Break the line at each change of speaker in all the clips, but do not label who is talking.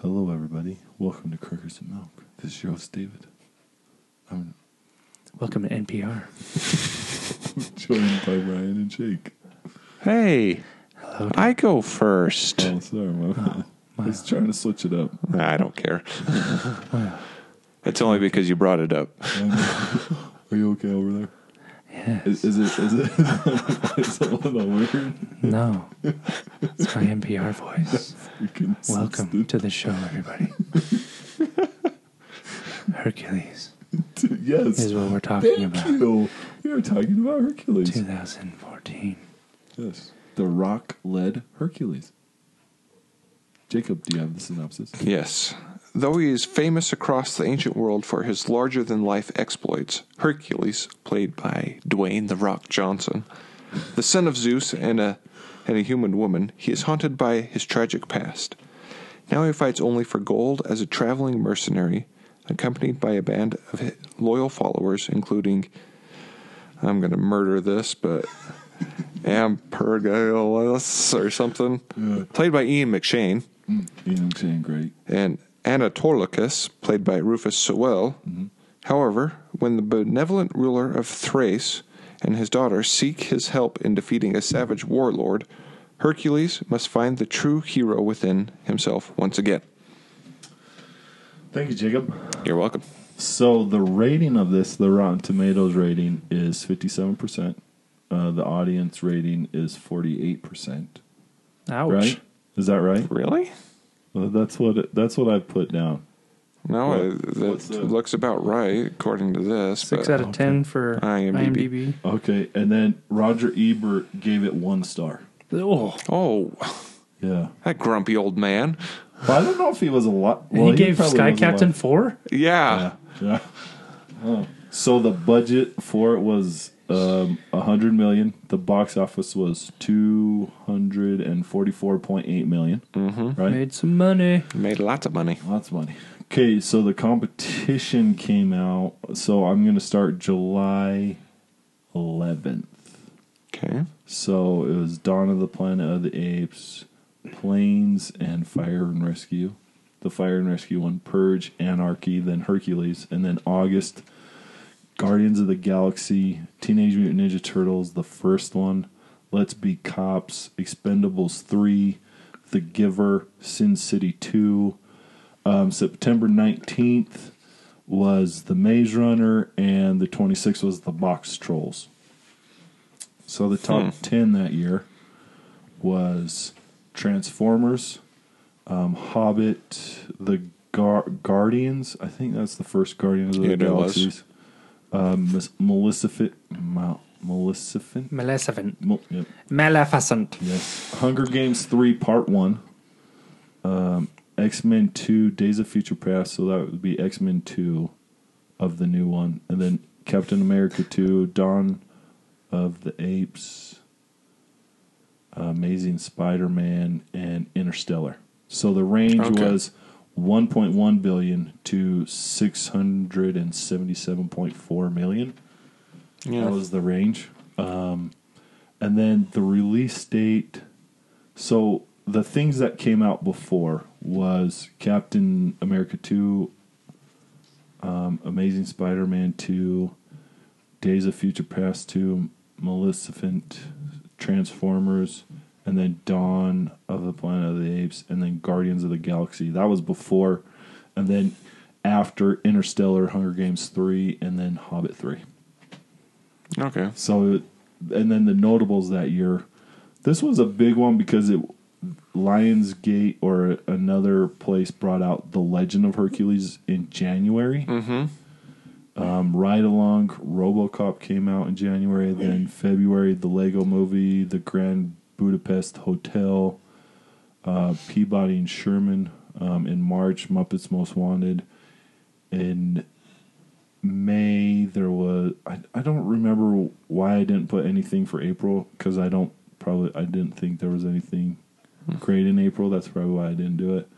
Hello, everybody. Welcome to Crackers and Milk. This is your host, David. I'm
Welcome to NPR.
joined by Ryan and Jake.
Hey,
Hello.
I go first.
Oh, sorry. My bad. I was trying to switch it up.
I don't care. it's only because you brought it up.
Um, are you okay over there?
Yeah.
Is, is it? Is it? is that one that weird?
No. It's my NPR voice.
Freaking
Welcome to the show, everybody. Hercules
substitute. yes.
is what we're talking
Thank
about.
you. We are talking about Hercules.
2014.
Yes. The rock led Hercules. Jacob, do you have the synopsis?
Yes. Though he is famous across the ancient world for his larger than life exploits, Hercules, played by Dwayne The Rock Johnson, the son of Zeus and a, and a human woman, he is haunted by his tragic past. Now he fights only for gold as a traveling mercenary, accompanied by a band of hi- loyal followers, including. I'm going to murder this, but. Ampergillus or something. Played by Ian McShane
You know what I'm saying? Great.
and Anatolicus, played by Rufus Sewell. However, when the benevolent ruler of Thrace and his daughter seek his help in defeating a savage warlord, Hercules must find the true hero within himself once again.
Thank you, Jacob.
You're welcome.
So the rating of this, the Rotten Tomatoes rating is 57%. Uh, the audience rating is 48%.
Ouch.
Right? Is that right?
Really?
Well, that's what it, that's what I put down.
No,
What-
uh, that
what's the-
looks about right according to this.
Six
but
out of ten for
IMDb.
E
IMDb.
Okay, and then Roger Ebert gave it one star.
Oh,
oh,
Yeah.
that grumpy old man.
Well, I don't know if he was a lot.
and
well,
he gave
probably
Sky
was a lot-
Captain four.
Yeah.
Yeah. yeah. Oh. So the budget for it was um, 100 million. The box office was 244.8 million. Mm-hmm. Right?
Made some money.
made lots of money.
Lots of money. Okay, so the competition came out. So I'm going to start July 11th.
Okay.
So it was Dawn of the Planet of the Apes, Planes, and Fire and Rescue. The Fire and Rescue one, Purge, Anarchy, then Hercules, and then August, Guardians of the Galaxy, Teenage Mutant Ninja Turtles, the first one, Let's Be Cops, Expendables 3, The Giver, Sin City 2. Um, September 19th was The Maze Runner, and the 26th was The Box Trolls. So the top 10 that year was Transformers, um, Hobbit, The Gar- Guardians. I think that's the first Guardian of the
It was.
Galaxies. Um, Miss- Maleficent. Mal- Maleficent?
Maleficent.
Mal- yep.
Maleficent.
Yes. Hunger Games 3 Part 1. Um, X Men 2 Days of Future Past. So that would be X Men 2 of the new one. And then Captain America 2 Dawn of the Apes, Amazing Spider Man, and Interstellar. So the range
Okay.
was 1.1 billion to 677.4 million.
Yeah.
That was the range. Um, and then the release date. So the things that came out before was Captain America 2, um, Amazing Spider Man 2, Days of Future Past 2, Maleficent, Transformers, and then Dawn of the Planet of the Apes, and then Guardians of the Galaxy. That was before. And then after Interstellar, Hunger Games 3, and then Hobbit 3.
okay.
So, and then the notables that year. This was a big one because it Lionsgate or another place brought out The Legend of Hercules in January. Mm-hmm. Um, Ride Along, RoboCop came out in January. Then February, The Lego Movie, The Grand Budapest Hotel, uh, Peabody and Sherman. Um, in March, Muppets Most Wanted. In May there was I, I don't remember why I didn't put anything for April because I don't probably I didn't think there was anything great in April. That's probably why I didn't do it.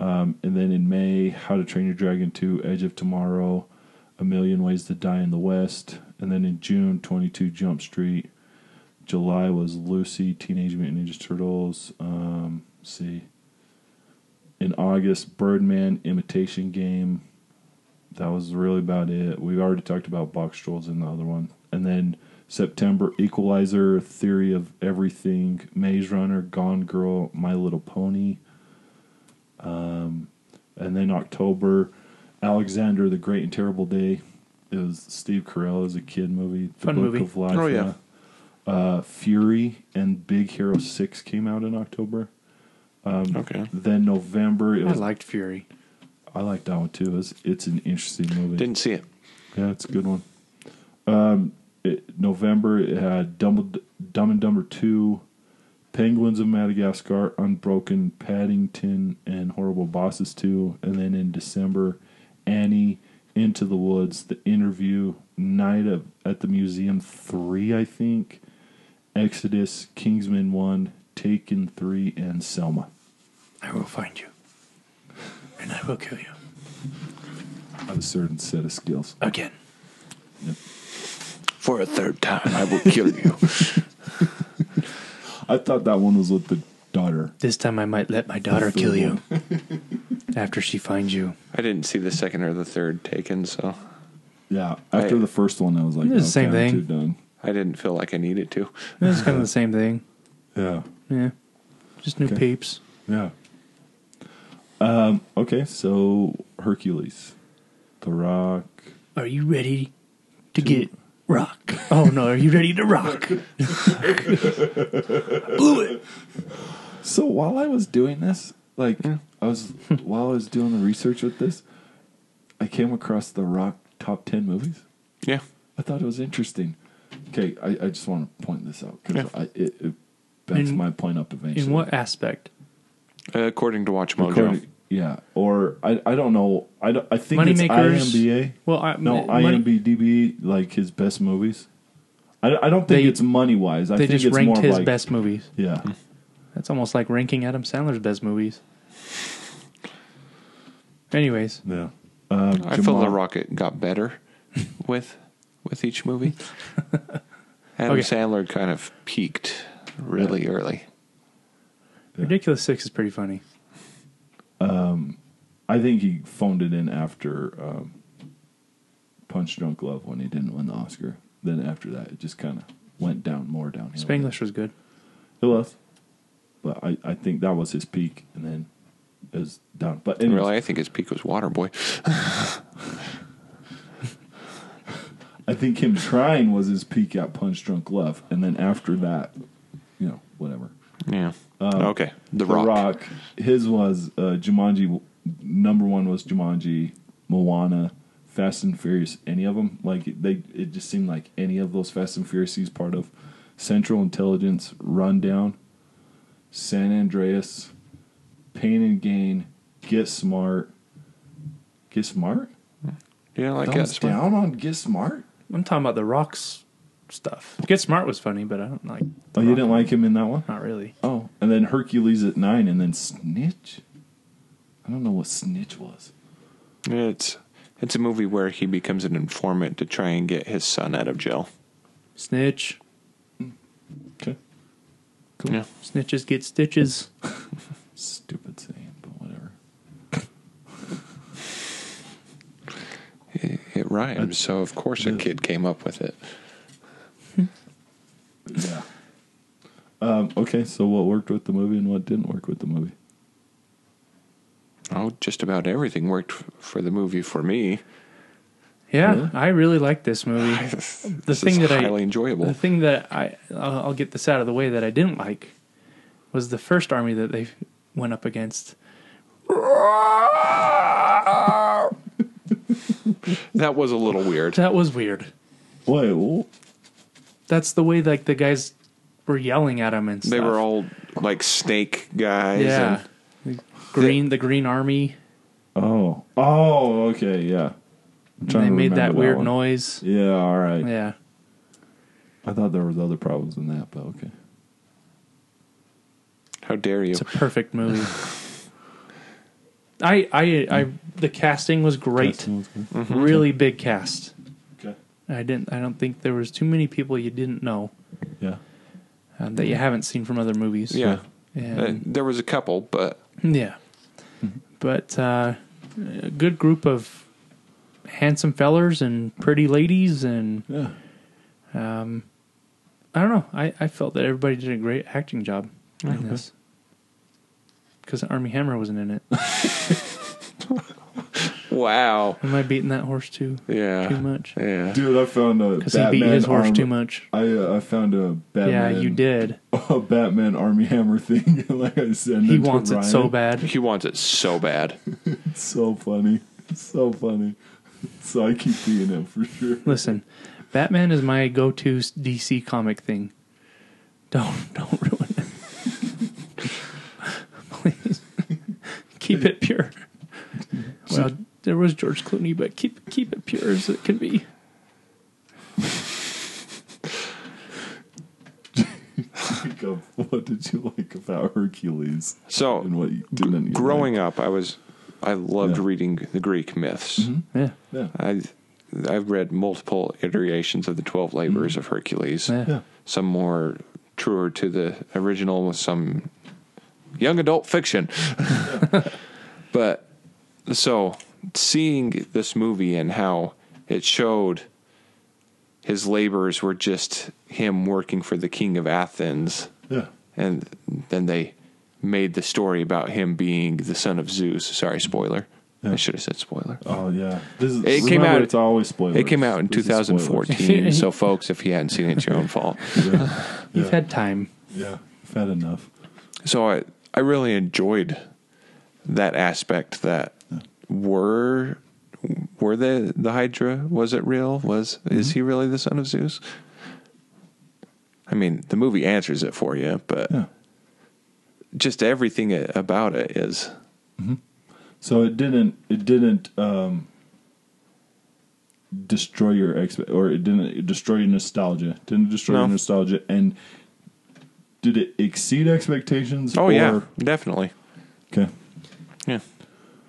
Um, and then in May, How to Train Your Dragon Two, Edge of Tomorrow, A Million Ways to Die in the West, and then in June, Twenty Two Jump Street. July was Lucy, Teenage Mutant Ninja Turtles. Um, let's see, in August, Birdman, Imitation Game. That was really about it. We already talked about Box Trolls in the other one. And then September, Equalizer, Theory of Everything, Maze Runner, Gone Girl, My Little Pony. Um, and then October, Alexander the Great and Terrible Day. It was Steve Carell. It was a kid movie. The
Fun
Book
movie.
of Life.
Oh, yeah.
Uh, Fury and Big Hero 6 came out in October.
okay.
Then November, it
I
was
liked Fury.
I like that one too. It's it's an interesting movie.
Didn't see it.
yeah, it's a good one. Um, it, November it had Dumb, Dumb and Dumber Two, Penguins of Madagascar, Unbroken, Paddington, and Horrible Bosses Two. And then in December, Annie, Into the Woods, The Interview, Night of, at the Museum Three, I think, Exodus, Kingsman One, Taken Three, and Selma.
I will find you, and I will kill you
A certain set of skills.
again.
For a third time, I will kill you.
I thought that one was with the daughter.
This time I might let my daughter
third
kill you after she finds you.
I didn't see the second or the third taken, so
Yeah. After
I-
the first one, I was like,
It's the same
okay, I'm
thing.
too done.
I didn't feel like I needed to.
It's kind of the same thing.
Yeah.
Yeah, just new
Okay.
peeps.
Yeah. Um, okay, so Hercules, The Rock.
Are you ready to get rock? Oh no, are you ready to rock? Blew it.
So while I was doing this, like I was while I was doing the research with this, I came across The Rock top ten movies.
Yeah.
I thought it was interesting. Okay, I, I just want to point this out because
Yeah.
it, it backs
In-
my point up eventually.
In what aspect?
According to Watch Mojo.
According- Yeah, or I, I don't know. I, don't- I think it's
Moneymakers-
IMBA.
Well, I,
No,
money-
IMDb like his best movies. I, I don't think
They-
it's money wise. I
They
think
just
it's
ranked
more
his
like,
best movies.
Yeah,
That's almost like ranking Adam Sandler's best movies. Anyways,
yeah. Um,
I feel
Jamal-
the Rocket got better with with each movie. Adam
Okay.
Sandler kind of peaked really early.
Ridiculous Six is pretty funny.
I think he phoned it in after um, Punch Drunk Love when he didn't win the Oscar. Then after that, it just kind of went down more downhill.
Spanglish was good.
It was, but I, I think that was his peak, and then it was down. But anyways,
Really, I think his peak was Waterboy.
I think him trying was his peak at Punch Drunk Love, and then after that, you know, whatever.
Yeah. Um, okay. The,
The
Rock.
Rock. His was uh, Jumanji. Number one was Jumanji, Moana, Fast and Furious. Any of them? Like they, it just seemed like any of those Fast and Furious he's part of. Central Intelligence, Rundown, San Andreas, Pain and Gain, Get Smart. Get Smart.
You know, like
Thumbs
that's right.
down on Get Smart.
I'm talking about the Rock's stuff. Get Smart was funny, but I don't like. The
Oh, you
Rock.
didn't like him in that one?
Not really.
Oh, and then Hercules at nine, and then Snitch. I don't know what Snitch was.
It's it's a movie where he becomes an informant to try and get his son out of jail.
Snitch.
Okay.
Yeah.
Snitches get stitches.
Stupid saying, but whatever.
It, it rhymes,
That's-
so of course a
yeah.
kid came up with it.
Yeah. Um, okay, so what worked with the movie and what didn't work with the movie?
Oh, just about everything worked f- for the movie for me.
Yeah,
Really?
I really like this movie. the
This
thing
is
that
highly
I the
enjoyable.
thing that I I'll, I'll get this out of the way that I didn't like was the first army that they went up against.
That was a little weird.
That was weird.
Wait, wh-
That's the way like the guys were yelling at him and stuff.
They were all like snake guys.
yeah.
and-
Green the Green Army.
oh, oh, okay, yeah. I'm
They
to
made
remember
that weird
one.
noise.
Yeah, all right.
Yeah.
I thought there was other problems in that, but okay.
How dare you?
It's a perfect movie. I I I the casting was great.
That sounds good.
Really big cast.
Okay.
I didn't I don't think there was too many people you didn't know uh,
Yeah.
um, that you haven't seen from other movies.
yeah. Uh,
And,
there was a couple, but
yeah. but uh, a good group of handsome fellers and pretty ladies and
Yeah.
um, I don't know. I, I felt that everybody did a great acting job in this because Army Hammer wasn't in it.
Wow.
Am I beating that horse too too
Yeah.
much?
Yeah.
Dude, I found a
Because he beat
Uh, Batman
his horse
arm-
too much.
I uh, I found a Batman.
Yeah, you did.
a Batman Army Hammer thing. and like I said,
He wants
Ryan.
it so bad.
He wants it so bad.
It's so funny, It's so funny. So I keep being him for sure.
Listen, Batman is my go-to s- DC comic thing. Don't don't ruin it. Please keep it pure. Well, there was George Clooney, but keep keep it pure as it can be.
Jacob, what did you like about Hercules
So
and what you didn't? you
Oh, growing up, I was I loved
Yeah. Mm-hmm.
reading the Greek myths.
Yeah,
like?
I I've read multiple iterations of the Twelve Labors of Hercules.
Mm-hmm. yeah.
yeah,
Some more truer to the original, with some young adult fiction. but so seeing this movie and how it showed his labors were just him working for the king of Athens
yeah, yeah.
and then they made the story about him being the son of Zeus. Sorry, spoiler. I
Yeah.
should have said spoiler.
Oh yeah, this is,
It came
remember,
out-
It's always spoilers.
It came out in
This is
2014, so folks, if you hadn't seen it, it's your own fault.
spoilers. Yeah,
You've had time.
yeah. I've had enough.
So I, I really enjoyed that aspect. That were were the the Hydra? Was it real? Was is he really the son of Zeus? I mean, the movie answers it for you, but
Yeah.
just everything a- about it is
So it didn't. It didn't um, destroy your expe- or it didn't destroy your nostalgia. Didn't destroy your
No.
nostalgia. And did it exceed expectations?
oh
or,
yeah, definitely.
Okay.
Yeah.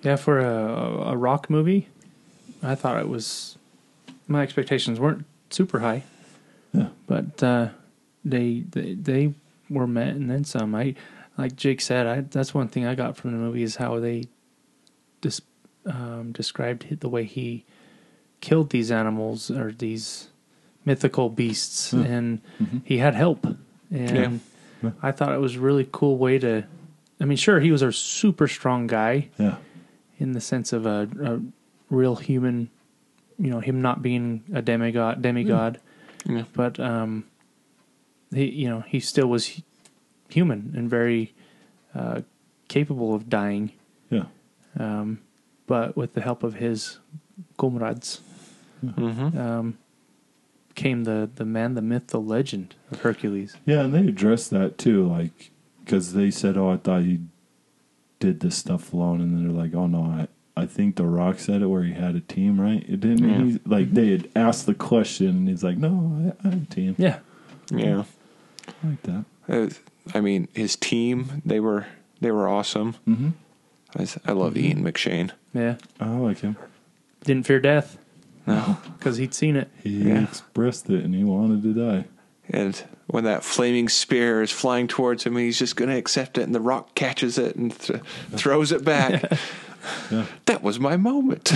Yeah, for a a rock movie, I thought it was. My expectations weren't super high,
Yeah.
but uh, they, they they were met and then some. I like Jake said, I that's one thing I got from the movie is how they dis, um, described the way he killed these animals or these mythical beasts, and he had help. And
Hmm. Mm-hmm. Yeah.
I thought it was a really cool way to. I mean, sure, he was a super strong guy,
Yeah.
in the sense of a, a real human, you know, him not being a demigod, demigod,
Yeah.
but um, he, you know, he still was hu- human and very uh, capable of dying,
Yeah.
um, but with the help of his comrades,
Mm-hmm.
um, came the the man, the myth, the legend of Hercules.
Yeah, and they addressed that too, like because they said, "Oh, I thought he did this stuff alone," and then they're like, "Oh no, I." I think The Rock said it where he had a team, right? It didn't.
Yeah. Mm-hmm.
He, like they had asked the question, and he's like, "No, I, I have a team."
Yeah,
Yeah.
I like that.
Uh, I mean, his team they were they were awesome.
Mm-hmm.
I, s- I love Ian McShane.
yeah,
I like him.
didn't fear death
No,
because he'd seen it.
He
Yeah.
expressed it, and he wanted to die.
and when that flaming spear is flying towards him, he's just going to accept it, and the rock catches it and th- throws it back.
Yeah.
That was my moment.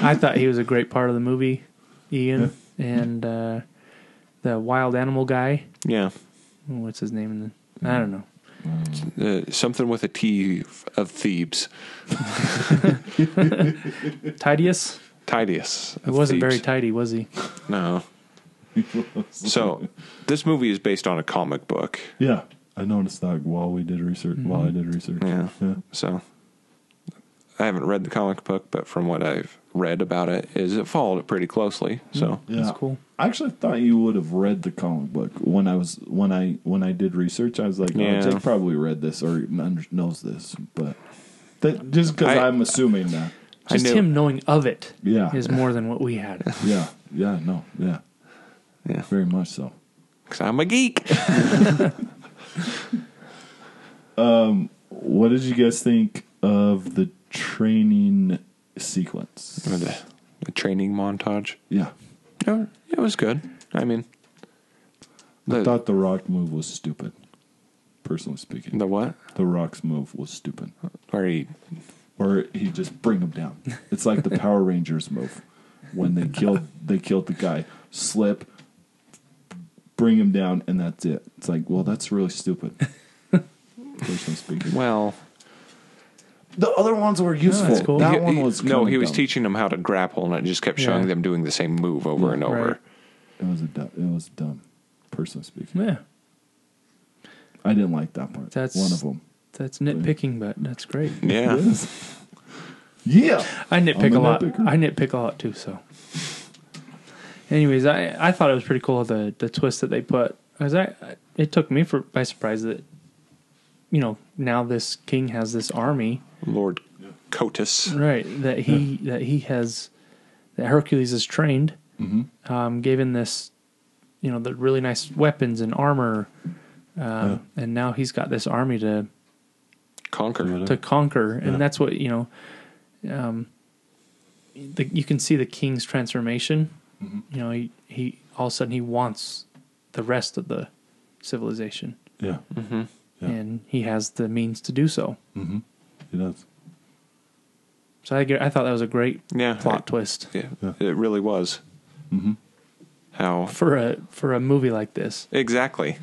I thought he was a great part of the movie, Ian, and uh, the wild animal guy.
yeah,
What's his name? In the, I don't know.
uh, something with a T f- of Thebes.
Titius.
Tidius.
He wasn't very tidy, was he?
No. So, this movie is based on a comic book.
Yeah, I noticed that while we did research. While I did research.
Mm-hmm. Yeah.
yeah.
So I haven't read the comic book, but from what I've read about it, is it followed it pretty closely. So
Yeah.
That's cool.
I actually thought you would have read the comic book when I was when I when I did research. I was like,
Yeah.
oh, Jake probably read this or under- knows this, but that, just because
I-
I'm assuming that.
I
Just
knew-
him knowing of it is
Yeah.
more than what we had.
Yeah, yeah, no, yeah,
yeah,
very much so.
because I'm a geek.
What did you guys think of the training sequence?
Or the, the training montage.
Yeah,
Yeah, it was good. I mean,
I
the-
thought the rock move was stupid. personally speaking.
The what?
The Rock's move was stupid.
Or he
Or he just bring him down. It's like the Power Rangers move when they killed they killed the guy. Slip, bring him down, and that's it. It's like, well, that's really stupid. personally speaking,
well
the other ones were useful.
that's cool.
That
he-
one
he-
was
no.
kinda
He was
dumb.
teaching them how to grapple, and it just kept showing
Yeah.
them doing the same move over and over.
Right.
It was a dumb, it was dumb. Personally speaking,
Yeah,
I didn't like that part.
That's-
one of them.
that's nitpicking, but that's great.
Yeah,
Yes. Yeah.
I
I'm
nitpick
a
a lot.
nitpicker.
I nitpick a lot too. So, anyways, I I thought it was pretty cool the the twist that they put. Cause I it took me for by surprise that you know now this king has this army
Lord Cotus.
right that he that he has that Hercules is trained,
hmm
um, given this you know the really nice weapons and armor, um, and now he's got this army to
Conquer.
to conquer, and
Yeah.
that's what you know. Um, the, you can see the king's transformation.
Mm-hmm.
You know, he, he all of a sudden he wants the rest of the civilization,
Yeah.
Mhm.
Yeah.
and he has the means to do so.
Mm-hmm. He does.
So I, get- I thought that was a great
Yeah,
plot
it,
twist
yeah,
Yeah.
it really was.
Mm-hmm.
How
for a for a movie like this.
exactly?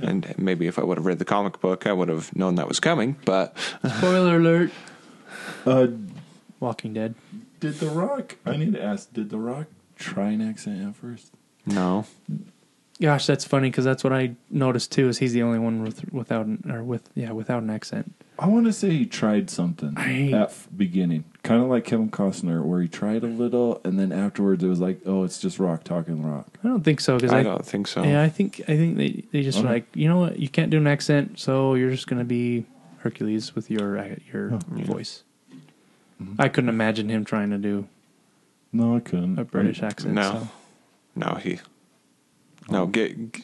And maybe if I would have read the comic book, I would have known that was coming. But
Spoiler alert:
Uh,
Walking Dead.
did The Rock? I need to ask. Did The Rock try an accent at first?
no,
Gosh, that's funny because that's what I noticed too. Is he's the only one with without an, or with yeah without an accent.
I want to say he tried something
I-
at f- beginning, kind of like Kevin Costner, where he tried a little, and then afterwards it was like, oh, it's just Rock talking Rock.
I don't think so because
I,
I,
don't think so.
Yeah, I think I think they they just were
Okay.
like, you know what, you can't do an accent, so you're just gonna be Hercules with your uh, your
yeah.
voice.
Mm-hmm.
I couldn't imagine him trying to do
No, I couldn't.
a British accent.
Mm, No.
So.
no, he.
Oh.
No, get, g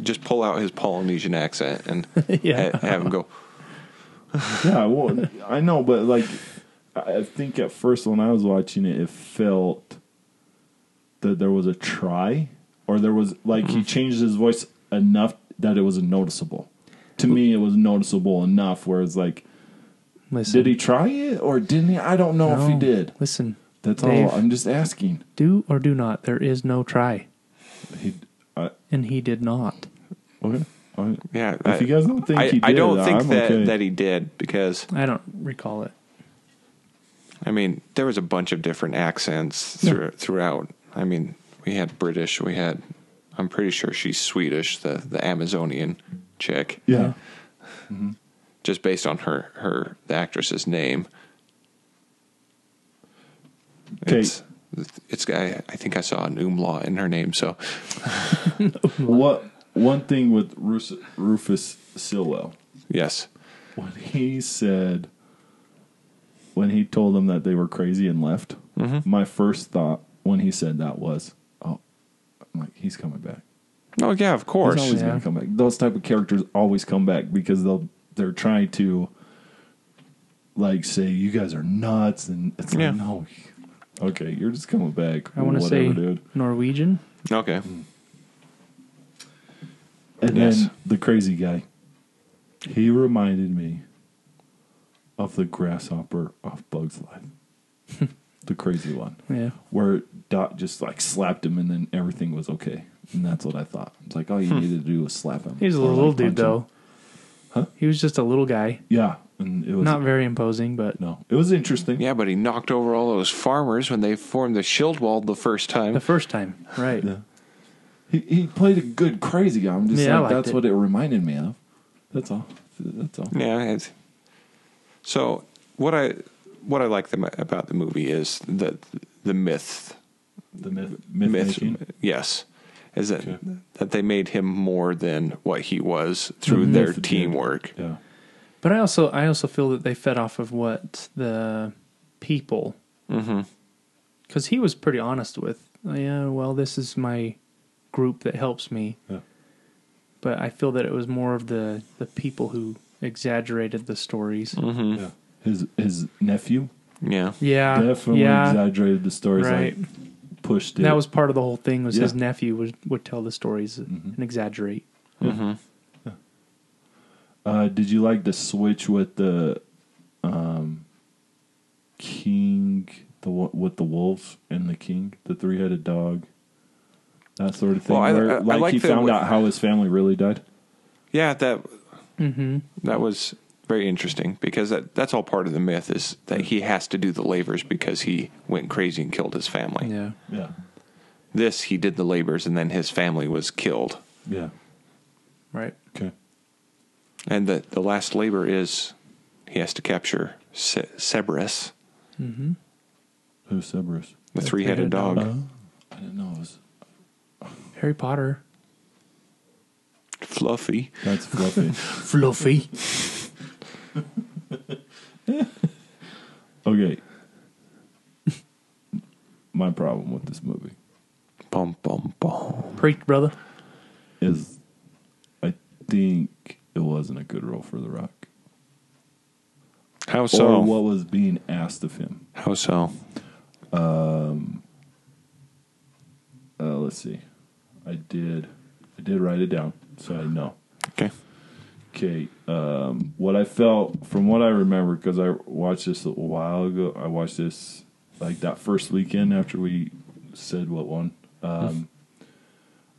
just pull out his Polynesian accent and
Yeah.
ha- have him go.
yeah, well, I know, but like, I I think at first when I was watching it, it felt that there was a try, or there was like
Mm-hmm.
he changed his voice enough that it was noticeable. To me, it was noticeable enough where it's like,
Listen,
did he try it or didn't he? I don't know if he
No.
did.
Listen,
That's
Dave.
all. I'm just asking.
do or do not. There is no try,
He, I,
and he did not.
okay. I,
Yeah, I-
if you guys don't think
I,
he did,
I don't think
I'm
that
okay.
that he did because
I don't recall it.
I mean, there was a bunch of different accents through, throughout. I mean, we had British, we had, I'm pretty sure she's Swedish, the, the Amazonian chick,
yeah.
just based on her, her the actress's name.
Okay.
It's, it's I, I think I saw an umlaut in her name, so
What one thing with Rufus, Rufus Silwell?
yes,
when he said when he told them that they were crazy and left my first thought when he said that was oh I'm like he's coming back
oh yeah, of
he's
course,
always
Yeah.
gonna come back those type of characters always come back because they'll they're trying to like say you guys are nuts and it's
Yeah.
like no okay you're just coming back
I want to
Whatever,
say
dude
Norwegian.
okay,
And
Yes.
then the crazy guy. He reminded me of the grasshopper off Bug's Life. the crazy one.
Yeah,
Where Dot just like slapped him and then everything was okay. And that's what I thought. It's like all you needed to do was slap him.
he was Hmm. a
Or, like,
little dude
punch him.
though.
Huh?
He was just a little guy,
Yeah. And it was
not very imposing, but
no. It was interesting.
yeah, but he knocked over all those farmers when they formed the shield wall the first time.
the first time, right?
Yeah. He he played a good crazy guy. I'm just
Yeah, I
like
liked
that's
it.
what it reminded me of. That's all. That's all.
Yeah. It's, so what I what I like the, about the movie is the the myth
The myth myth,
myth
making.
yes is that
Okay.
that they made him more than what he was through
The
their
myth did.
teamwork.
Yeah.
But I also I also feel that they fed off of what the people
hmm
because he was pretty honest with "Oh, yeah well this is my group that helps me
Yeah.
but I feel that it was more of the the people who exaggerated the stories
Mm.
hmm
yeah. His his nephew
Yeah.
yeah
definitely
yeah
exaggerated the stories.
right
Like pushed it.
that was part of the whole thing was his
Yeah. Mm-hmm.
nephew would would tell the stories and exaggerate
hmm
Uh, did you like the switch with the um, king, the wo- with the wolf and the king, the three headed dog, that sort of thing?
Well, I-
where,
I- I
like,
like
he
the-
found out how his family really died.
Yeah, that
Mm-hmm.
that was very interesting because that that's all part of the myth is that he has to do the labors because he went crazy and killed his family.
Yeah.
Yeah,
This he did the labors and then his family was killed.
yeah.
Right.
Okay.
And the the last labor is he has to capture Se- Cerberus,
Mm-hmm.
Who's Cerberus?
the
three-headed
three-headed dog.
Oh, I didn't know it was.
Harry Potter.
Fluffy.
That's fluffy.
Fluffy.
okay. My problem with this movie
Bum bum bum.
Preach, brother.
is I think it wasn't a good role for The Rock.
How
or
so?
what was being asked of him.
How so?
Uh, let's see. I did. I did write it down, so I know.
Okay.
Okay. Um, what I felt from what I remember, because I watched this a while ago. I watched this like that first weekend after we said what one. Um,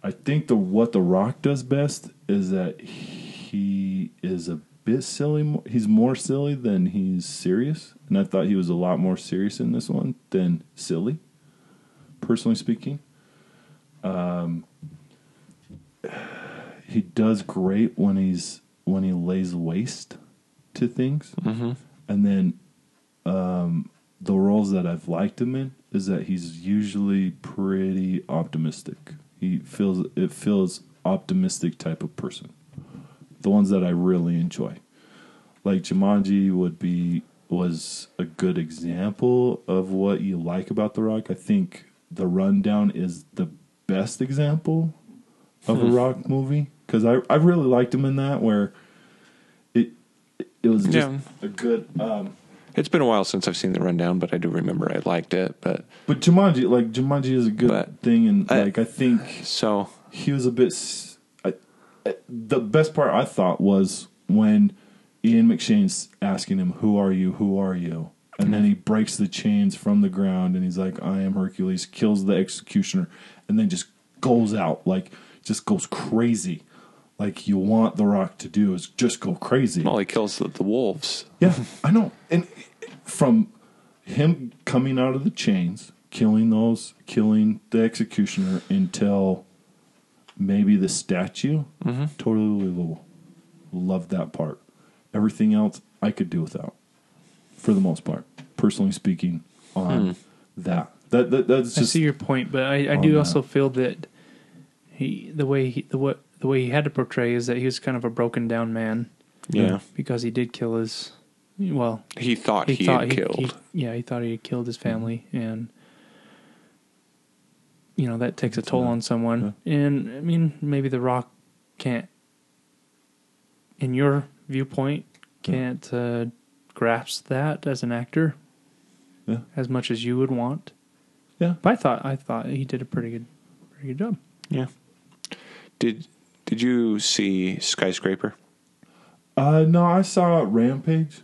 I think the what the Rock does best is that he is a bit silly. mo- He's more silly than he's serious, and I thought he was a lot more serious in this one than silly. Personally speaking, um, he does great when he's when he lays waste to things,
Mm-hmm.
and then um, the roles that I've liked him in is that he's usually pretty optimistic. He feels it feels optimistic type of person. The ones that I really enjoy, like Jumanji, would be was a good example of what you like about The Rock. I think The Rundown is the best example of a Rock movie because I I really liked him in that where it it was just
Yeah.
a good. Um,
It's been a while since I've seen the rundown, but I do remember I liked it. But
but Jumanji, like Jumanji, is a good
But
thing, and
I-
like I think
so
he was a bit. s I I the best part I thought was when Ian McShane's asking him, "Who are you? Who are you?" And then he
Mm-hmm.
breaks the chains from the ground, and he's like, "I am Hercules." Kills the executioner, and then just goes out like just goes crazy, like you want The Rock to do is just go crazy.
Molly kills the, the wolves.
Yeah, I know. And from him coming out of the chains, killing those, killing the executioner until maybe the statue, totally believable. Love that part. Everything else I could do without, for the most part, personally speaking, on that. That, that. That's
I
just.
see your point, but I, I
Oh,
on
do
that.
also feel that he the way he the what the way he had to portray is that he was kind of a broken down man
Yeah.
because he did kill his well
He thought he,
he, thought
had
he,
killed. Hmm.
he- yeah he thought he had killed his family and you know that takes a toll
Yeah.
on someone and I mean maybe the Rock can't in your viewpoint
Hmm.
Yeah.
can't uh, grasp that as an actor
Yeah.
as much as you would want.
yeah.
But I thought I thought he did a pretty good, pretty good job.
yeah. Did Did you see skyscraper?
Uh, no, I saw Rampage.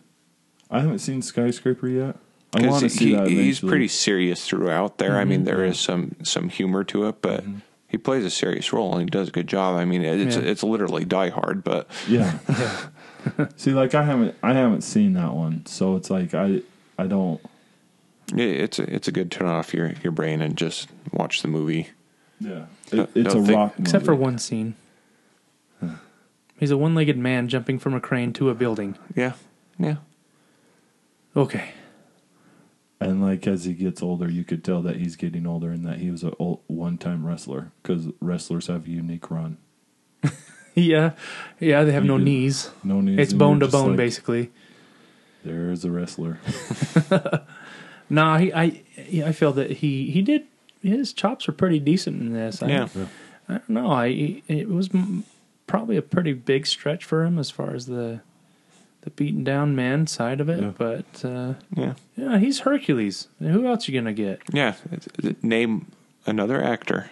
I haven't seen Skyscraper yet. I want to
he,
see that. Eventually.
he's pretty serious throughout there. I
Mm-hmm.
mean, there is some some humor to it, but
Mm-hmm.
he plays a serious role and he does a good job. I mean, it's
Yeah.
it's literally Die Hard, but
Yeah. See, like I haven't I haven't seen that one, so it's like I I don't.
it, it's a, it's a good turn off your your brain and just watch the movie.
Yeah.
No-
It, it's
no
a
thing-
rock.
Except for
movie.
one scene. He's a one-legged man jumping from a crane to a building.
Yeah, yeah.
Okay.
And like as he gets older, you could tell that he's getting older, and that he was a old, one-time wrestler because wrestlers have a unique run.
Yeah, yeah. They have no
You do.
knees.
No news.
It's
and you're
bone to
just
bone,
like,
basically.
There's a wrestler.
Nah, he, I, yeah, I feel that he he did his chops were pretty decent in this. I,
Yeah.
I don't know. I it was m- probably a pretty big stretch for him as far as the the beaten down man side of it,
Yeah.
but uh,
Yeah,
yeah, he's Hercules. Who else you gonna get?
yeah. Name another actor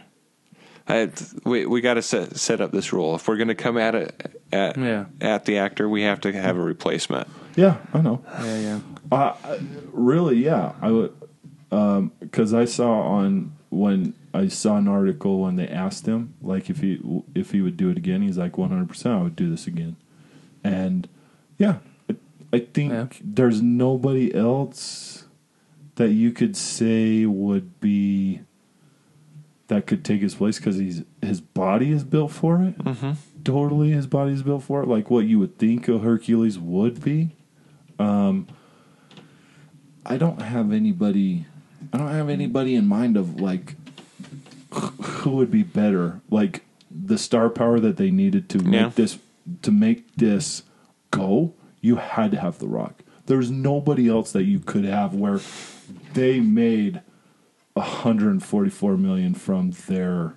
I, we we got to set set up this rule. If we're going to come at it at
Yeah.
at the actor, we have to have a replacement.
Yeah, I know.
Yeah, yeah.
Uh, I- really, yeah. I would, because I saw on when I saw an article when they asked him like if he if he would do it again. He's like, one hundred percent, I would do this again. And yeah, I, I think
Yeah.
there's nobody else that you could say would be that could take his place because he's his body is built for it. Mm-hmm. Totally, his body is built for it. Like what you would think a Hercules would be. Um, I don't have anybody. I don't have anybody in mind of like who would be better. Like the star power that they needed to
Yeah.
make this to make this go. You had to have The Rock. There's nobody else that you could have where they made 144 million from their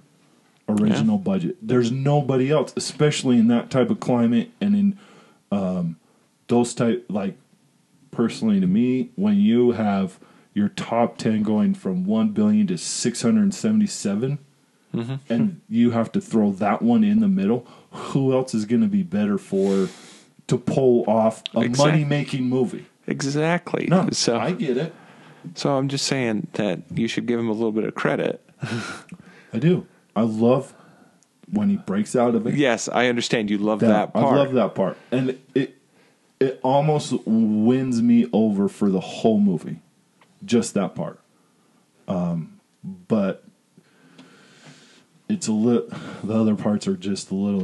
original budget. There's nobody else, especially in that type of climate and in um, those type like personally to me when you have your top 10 going from 1 billion to 677
Mm-hmm.
and you have to throw that one in the middle who else is going to be better for to pull off a
Exact-
money making movie
Exactly.
no
so
i get it
so I'm just saying that you should give him a little bit of credit.
i do i love when he breaks out of it
Yes, I understand you love that, part.
I love that part, and it it almost wins me over for the whole movie, just that part. Um, but it's a little. The other parts are just a little.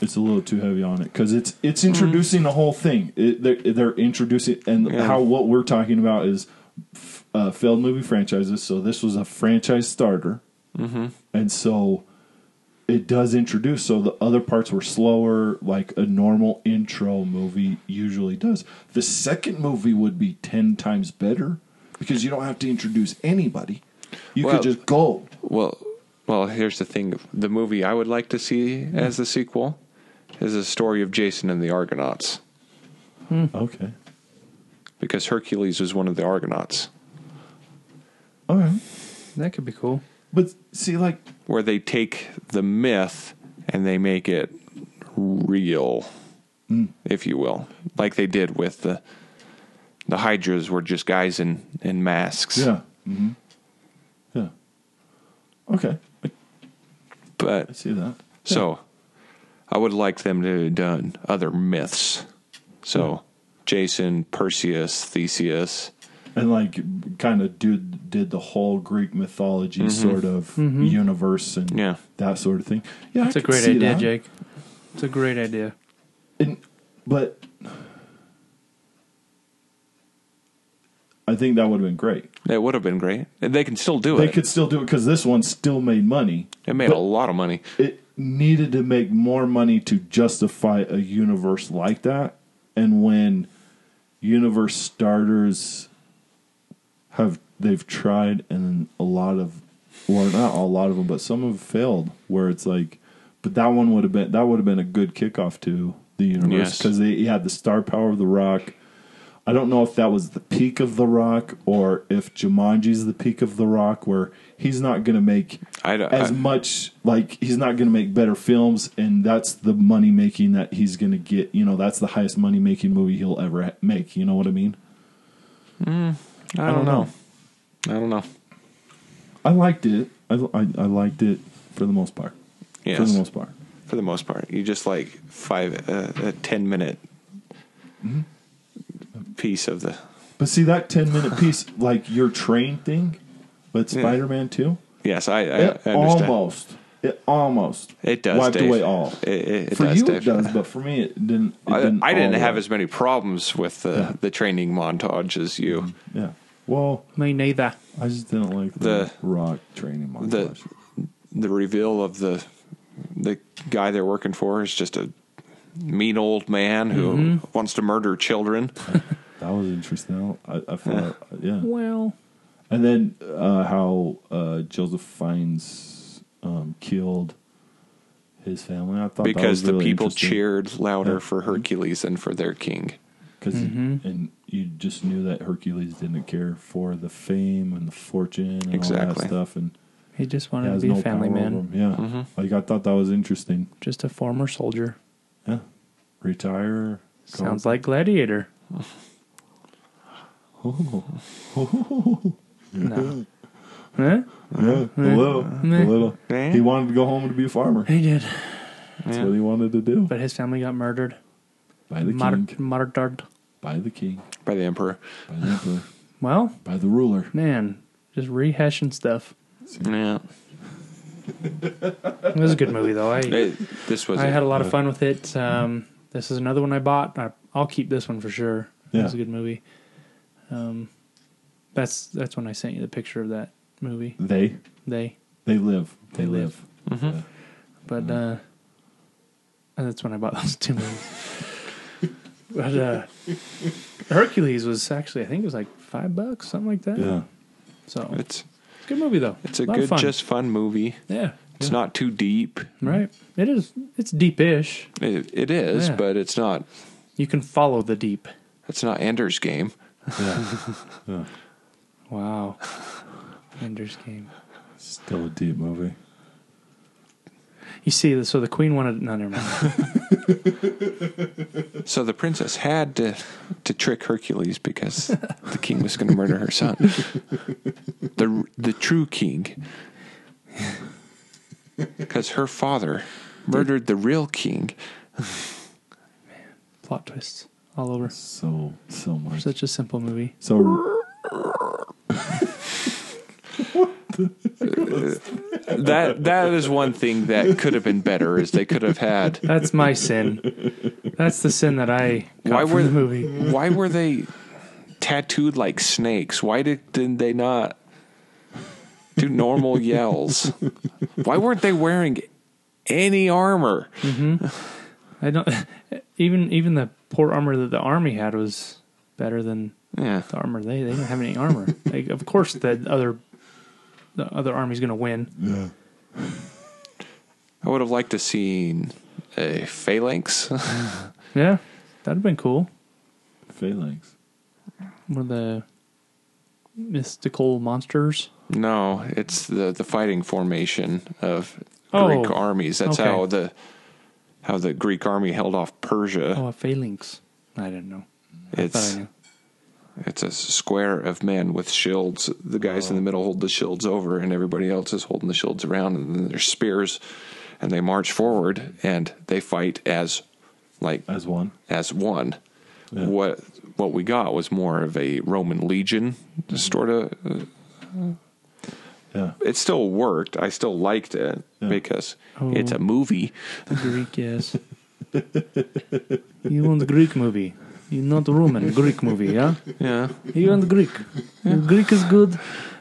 It's a little too heavy on it because it's it's introducing the whole thing. It, they're, they're introducing and
Yeah.
how what we're talking about is f- uh, failed movie franchises. So this was a franchise starter, mm-hmm. and so it does introduce so the other parts were slower like a normal intro movie usually does the second movie would be 10 times better because you don't have to introduce anybody you
Well-
could just go
Well, well, here's the thing: the movie I would like to see as the sequel is the story of Jason and the Argonauts,
okay
because Hercules was one of the Argonauts,
all right
That could be cool.
but see like
where they take the myth and they make it real,
Mm.
if you will, like they did with the the Hydras were just guys in in masks.
yeah mm-hmm. yeah okay I, I
But
see that
so, I would like them to have done other myths. So.
Hmm.
Jason, Perseus, Theseus,
and like kind of did did the whole greek mythology
Mm-hmm.
sort of universe and
Yeah.
that sort of thing yeah I
It's a
could
great
see
idea,
that.
Jake. It's a great idea.
And, but I think that would have been great.
It would have been great. And They can still do
They
it.
could still do it because this one still made money.
it made a lot of money.
It needed to make more money to justify a universe like that. And when universe starters have they've tried and a lot of well not a lot of them but some have failed where it's like but that one would have been that would have been a good kickoff to the universe
Yes.
because they had the star power of the rock i don't know if that was the peak of the rock or if jumanji's the peak of the rock where he's not going to make
I don't-
as
I-
much like he's not going to make better films and that's the money making that he's going to get you know that's the highest money making movie he'll ever ha- make you know what i mean
I don't know. I don't know.
I liked it. I, I, I liked it for the most part. For
Yes.
the most part.
For the most part, you just like five uh, a ten minute
Mm-hmm.
piece of the
But see that ten minute piece, like your train thing, but
Yeah.
Spider Man Two,
yes. I, I, I
it
understand.
almost, it almost,
It does
wiped
Dave.
away all.
It, it, it
for
does,
you
Dave.
it does, but for me it didn't. It
I,
didn't
I didn't
all
have
the way.
as many problems with the,
Yeah. Mm-hmm.
the training montage as you.
Yeah. Well,
Me neither.
I just didn't like the,
The-
rock training montage.
The the reveal of the the guy they're working for is just a mean old man who
Mm-hmm.
wants to murder children.
that was interesting. I, I thought, yeah.
Well,
And then uh, how uh, Joseph finds um, killed his family. I thought
because
that was really
the people
interesting.
cheered louder
Yeah.
for Hercules than for their king.
because
Mm-hmm.
and you just knew that Hercules didn't care for the fame and the fortune and all that
Exactly.
stuff, and
He just wanted to
has
be
no
a family
power
man,
over him. Yeah,
Mm-hmm.
like I thought that was interesting.
just a former soldier.
Yeah, retire. go-
Sounds like Gladiator. no.
yeah,
Huh?
a little, a
Meh.
little.
Yeah.
He wanted to go home and be a farmer.
He did.
That's
Yeah.
what he wanted to do.
But his family got murdered.
By the
Mur-
king,
murdered.
by the king,
by the emperor.
by the emperor,
Well,
by the ruler.
man, just rehashing stuff.
Yeah.
It was a good movie, though. I
It- this was
I
it. Uh,
had a lot of fun with it. Um, this is another one I bought. I, I'll keep this one for sure. It was
Yeah.
a good movie. Um, that's that's when I sent you the picture of that movie.
They,
They,
they live. They
They
live.
live.
Mm-hmm.
Yeah.
but uh, and that's when I bought those two movies. but uh, Hercules was actually I think it was like five bucks, something like that.
Yeah.
So it's
It's
a good movie though.
it's a
lot of
good,
fun.
just fun movie.
yeah.
It's not too deep.
Right. It is. It's deep-ish.
It, it is,
Yeah.
but it's not.
You can follow the deep.
It's not Ender's Game.
Yeah. yeah.
Wow. Ender's Game.
Still a deep movie.
You see, so the queen wanted. No, never mind.
So the princess had to to trick Hercules because the king was going to murder her son. The the true king. Cuz her father murdered the real king.
Plot twists all over.
So so much.
Such a simple movie.
so
That that is one thing that could have been better is they could have had
That's my sin. That's the sin that I got
Why
from
were-
the movie.
why were they tattooed like snakes? Why did, didn't they not do normal yells? Why weren't they wearing any armor?
I don't. Even even the poor armor that the army had was better than
Yeah.
the armor they. They didn't have any armor. Like, of course, the other the other army's gonna win.
I would have liked to seen a phalanx.
Yeah, that'd have been cool.
phalanx.
One of the mystical monsters.
no, it's the the fighting formation of
Oh,
Greek armies. That's
okay.
how the how the Greek army held off Persia.
Oh, a phalanx. I didn't know. Thought
it's
I knew.
it's a square of men with shields. The guys in the middle hold the shields over, and everybody else is holding the shields around, and then there's spears, and they march forward and they fight as like
As one.
as one.
Yeah.
What what we got was more of a Roman legion sort of
Yeah.
it still worked. I still liked it
Yeah.
because
Oh.
it's a movie.
The Greek, yes. you want Greek movie. You not Roman, Greek movie, yeah?
Yeah.
You want Greek. Greek is good.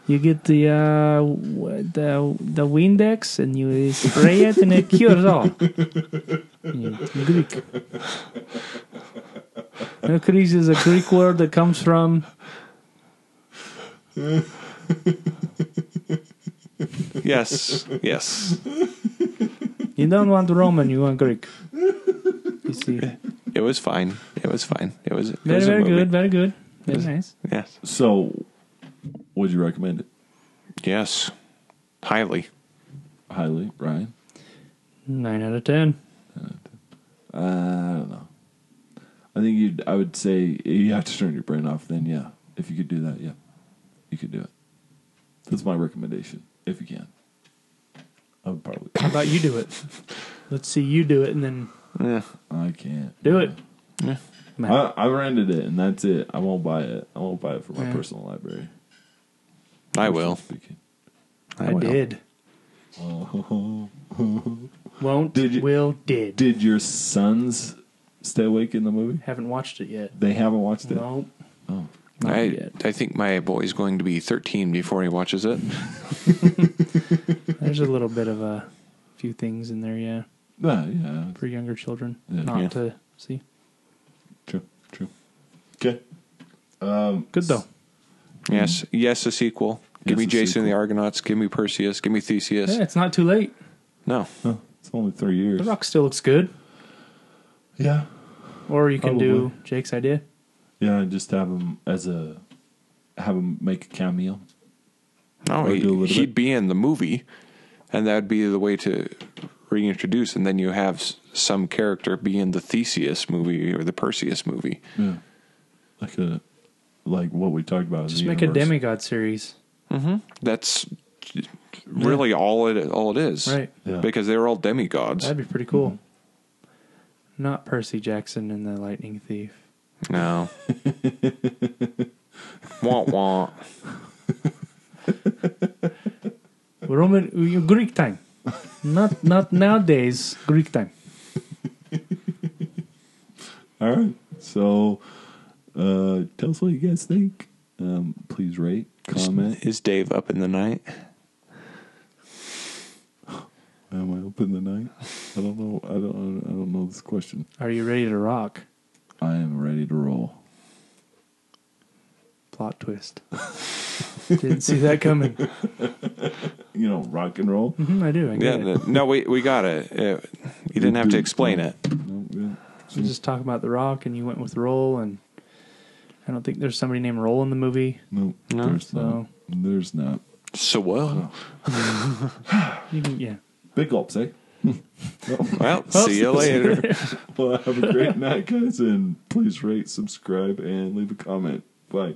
You get the uh, w- the the Windex and you spray it and it cures all. Yeah, Greek. Hercules is a Greek word that comes from
Yes. yes.
you don't want Roman, you want Greek. You see,
It was fine. It was fine. It was it
very
was a
very
movie.
good, very good, very
Yes.
nice.
Yes.
So would you recommend it?
Yes. Highly.
Highly, Ryan?
Nine out of ten.
Uh, I don't know. I think you'd I would say you have to turn your brain off, then yeah. If you could do that, yeah. You could do it. That's my recommendation, if you can. I would probably
How about you do it? Let's see you do it and then
Yeah.
I can't.
do it.
Yeah.
Man,
I, I rented it and that's it. I won't buy it. I won't buy it for my
Yeah.
personal library.
I will.
Speaking.
I,
will.
did. Won't
Did you-
will did.
Oh. Did your sons stay awake in the movie?
Haven't watched it yet.
They haven't watched it.
No.
Oh,
Not
I,
yet.
I think my boy's going to be 13 before he watches it.
There's a little bit of a few things in there, yeah,
yeah, yeah,
for younger children
Yeah.
not
Yeah.
to see.
true, true. Okay,
Good though.
Yes. Yes, a sequel. Give
Yes,
me
a
Jason and the
sequel.
Argonauts. Give me Perseus. Give me Theseus.
Yeah, it's not too late.
No.
Huh, it's only three years.
The Rock still looks good.
Yeah,
Or you can do Jake's idea.
yeah. and Just have them as a have them make a cameo.
No,
Or do a little
he, he'd
bit.
be in the movie, and that'd be the way to reintroduce. And then you have s- some character be in the Theseus movie or the Perseus movie.
Yeah. Like a like what we talked about.
Just make a demigod series.
That's really all it all it is,
Right.
Yeah.
Because they were all demigods.
That'd be pretty cool.
Mm-hmm.
Not Percy Jackson and the Lightning Thief.
No. wah wah.
Roman uh, Greek time. Not not nowadays Greek time.
All right. So uh tell us what you guys think. Um please rate, comment.
Is Dave up in the night?
Am I open the night? I don't know. I don't I don't know this question.
Are you ready to rock?
I am ready to roll.
Plot twist. Didn't see that coming.
You know, rock and roll.
Mhm, I do. I
Yeah.
get it.
no- No, we we got it. Uh, you didn't have to explain it.
No, yeah.
So just talk about the Rock, and you went with Roll, and I don't think there's somebody named Roll in the movie.
No,
No.
there's
So-
not. There's not.
So well.
You can, yeah.
Big gulps, eh? Oh.
Well, see you later.
Well, have a great night, guys, and please rate, subscribe, and leave a comment. Bye.